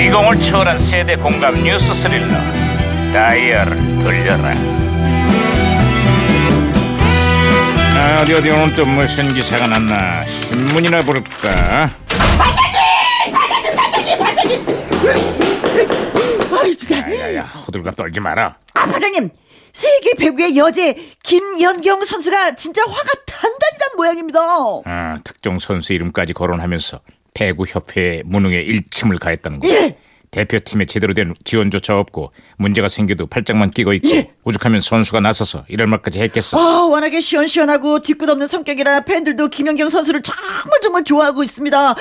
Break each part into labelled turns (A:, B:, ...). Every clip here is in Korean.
A: 감동을 초월한 세대 공감 뉴스 스릴러 다이얼을 돌려라 아, 어디 어디 오늘 또 무슨 기사가 났나 신문이나 볼까
B: 아이 진짜.
A: 야야야 호들갑 떨지 마라
B: 아 반장님 세계 배구의 여제 김연경 선수가 진짜 화가 단단한 모양입니다. 어,
A: 아, 특정 선수 이름까지 거론하면서 배구협회에 무능에 일침을 가했다는 거
B: 예.
A: 대표팀에 제대로 된 지원조차 없고 문제가 생겨도 팔짱만 끼고 있고
B: 예.
A: 오죽하면 선수가 나서서 이럴 말까지 했겠어
B: 아 워낙에 시원시원하고 뒤끝 없는 성격이라 팬들도 김연경 선수를 정말 정말 좋아하고 있습니다. 아,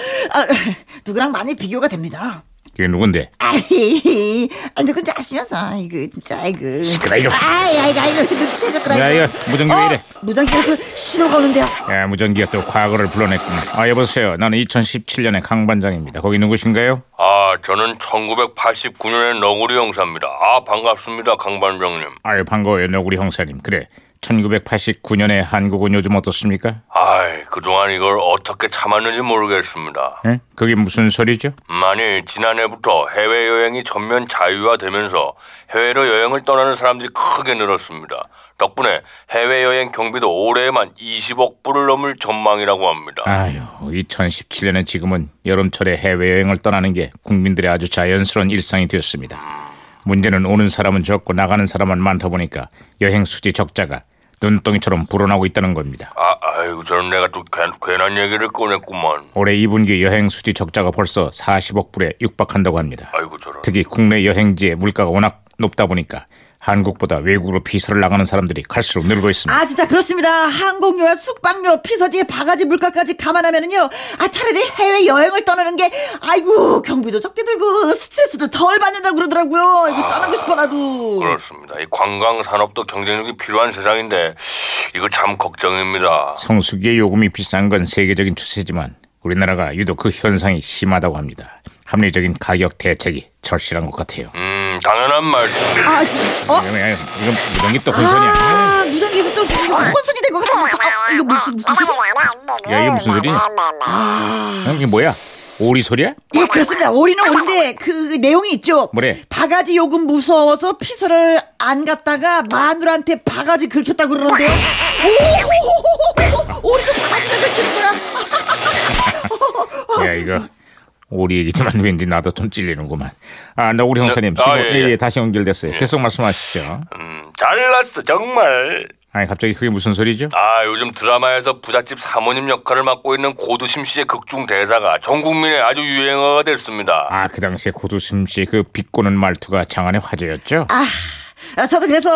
B: 누구랑 많이 비교가 됩니다.
A: 그게 누군데
B: 아이, 아, 누군지 아시면서, 이거, 진짜, 이거.
A: 시끄러, 이거.
B: 아이, 아이고, 아이고, 눈치 채셨구나, 어,
A: 야, 이거 무전기 왜 이래?
B: 무전기에서 신호가 오는데요.
A: 야, 무전기가 또 과거를 불러냈구나. 아, 여보세요. 나는 2017년의 강 반장입니다. 거기 누구신가요?
C: 아, 저는 1989년의 너구리 형사입니다. 아, 반갑습니다, 강반장님.
A: 아유, 반가워요. 너구리 형사님. 그래. 1989년의 한국은 요즘 어떻습니까?
C: 아이, 그동안 이걸 어떻게 참았는지 모르겠습니다.
A: 응? 예? 그게 무슨 소리죠?
C: 음, 아니, 지난해부터 해외여행이 전면 자유화되면서 해외로 여행을 떠나는 사람들이 크게 늘었습니다. 덕분에 해외여행 경비도 올해에만 20억 불을 넘을 전망이라고 합니다.
A: 아유, 2017년에 지금은 여름철에 해외여행을 떠나는 게 국민들의 아주 자연스러운 일상이 되었습니다. 문제는 오는 사람은 적고 나가는 사람은 많다 보니까 여행 수지 적자가 눈덩이처럼 불어나고 있다는 겁니다.
C: 아, 아이고, 저는 내가 또 괜, 괜한 얘기를 꺼냈구만.
A: 올해 2분기 여행 수지 적자가 벌써 40억 불에 육박한다고 합니다.
C: 아이고, 저런.
A: 특히 국내 여행지의 물가가 워낙 높다 보니까 한국보다 외국으로 피서를 나가는 사람들이 갈수록 늘고 있습니다.
B: 아, 진짜 그렇습니다. 항공료와 숙박료, 피서지, 바가지 물가까지 감안하면은요. 아, 차라리 해외 여행을 떠나는 게, 아이고, 경비도 적게 들고, 스트레스도 덜 받는다고 그러더라고요. 아이고, 떠나고 싶어, 나도.
C: 그렇습니다. 이 관광 산업도 경쟁력이 필요한 세상인데 이거 참 걱정입니다.
A: 성수기의 요금이 비싼 건 세계적인 추세지만 우리나라가 유독 그 현상이 심하다고 합니다. 합리적인 가격 대책이 절실한 것 같아요.
C: 음, 당연한 말씀.
B: 아, 어?
A: 이건- 이건 무전기 또 혼선이야.
B: 아, 무전기에서 또 혼선이 된 것 같은데. 아, 이거 무슨, 무슨 소리?
A: 야 이게 무슨 소리냐? 응? 어, 이게 뭐야? 오리 소리야?
B: 예, 그렇습니다. 올인은 올인데 그 내용이 있죠.
A: 뭐래?
B: 바가지 요금 무서워서 피서를 안 갔다가 마누라한테 바가지 긁혔다고 그러는데요. 오, 올이도 바가지를 긁히는구나.
A: 야 이거 오리 얘기지만 왠지 나도 좀 찔리는구만. 아 너구리 형사님
C: 아,
A: 지금
C: 예,
A: 예,
C: 예.
A: 예, 다시 연결됐어요. 계속 말씀하시죠.
C: 음, 잘났어 정말.
A: 아니 갑자기 그게 무슨 소리죠?
C: 아 요즘 드라마에서 부잣집 사모님 역할을 맡고 있는 고두심 씨의 극중 대사가 전 국민의 아주 유행어가 됐습니다.
A: 아 그 당시에 고두심 씨 그 비꼬는 말투가 장안의 화제였죠.
B: 아, 아, 저도 그래서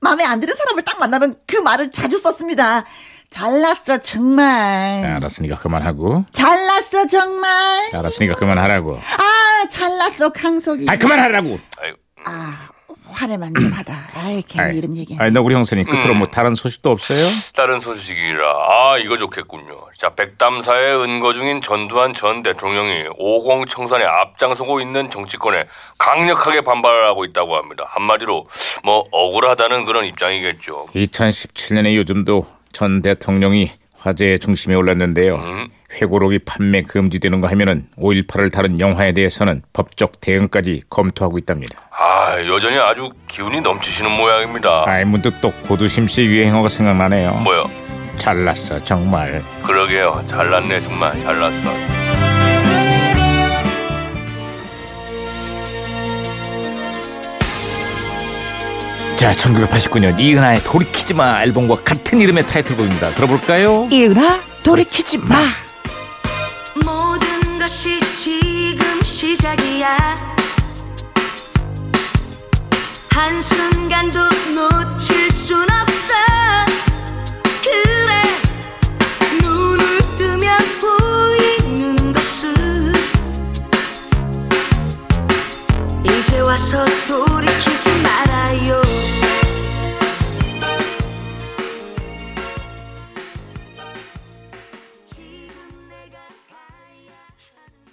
B: 마음에 안 드는 사람을 딱 만나면 그 말을 자주 썼습니다. 잘났어 정말.
A: 네, 알았으니까 그만하고. 네,
B: 잘났어 정말.
A: 알았으니까 그만하라고.
B: 아, 잘났어 강석이.
A: 아 그만하라고.
C: 아이고,
B: 아, 화내만 좀 하다. 아이, 괜히 이름 얘기.
A: 아니 너구리 형사님 끝으로 뭐 다른 소식도 없어요?
C: 다른 소식이라 아 이거 좋겠군요. 자 백담사의 은거 중인 전두환 전 대통령이 50 청산에 앞장서고 있는 정치권에 강력하게 반발하고 있다고 합니다. 한마디로 뭐 억울하다는 그런 입장이겠죠.
A: 2017년에 요즘도 전 대통령이 화제의 중심에 올랐는데요.
C: 음?
A: 회고록이 판매 금지되는 거 하면은 5.18을 다룬 영화에 대해서는 법적 대응까지 검토하고 있답니다.
C: 아 여전히 아주 기운이 넘치시는 모양입니다.
A: 아이 문득 또 고두심 씨 유행어가 생각나네요.
C: 뭐요?
A: 잘났어 정말.
C: 그러게요. 잘났네 정말 잘났어.
A: 자 1989년 이은하의 돌이키지마 앨범과 같은 이름의 타이틀곡입니다. 들어볼까요?
B: 이은아, 돌이키지 마.
D: 모든 것이 지금 시작이야 한순간도 놓칠 순 없어 그래 눈을 뜨면 보이는 것은 이제 와서 돌이키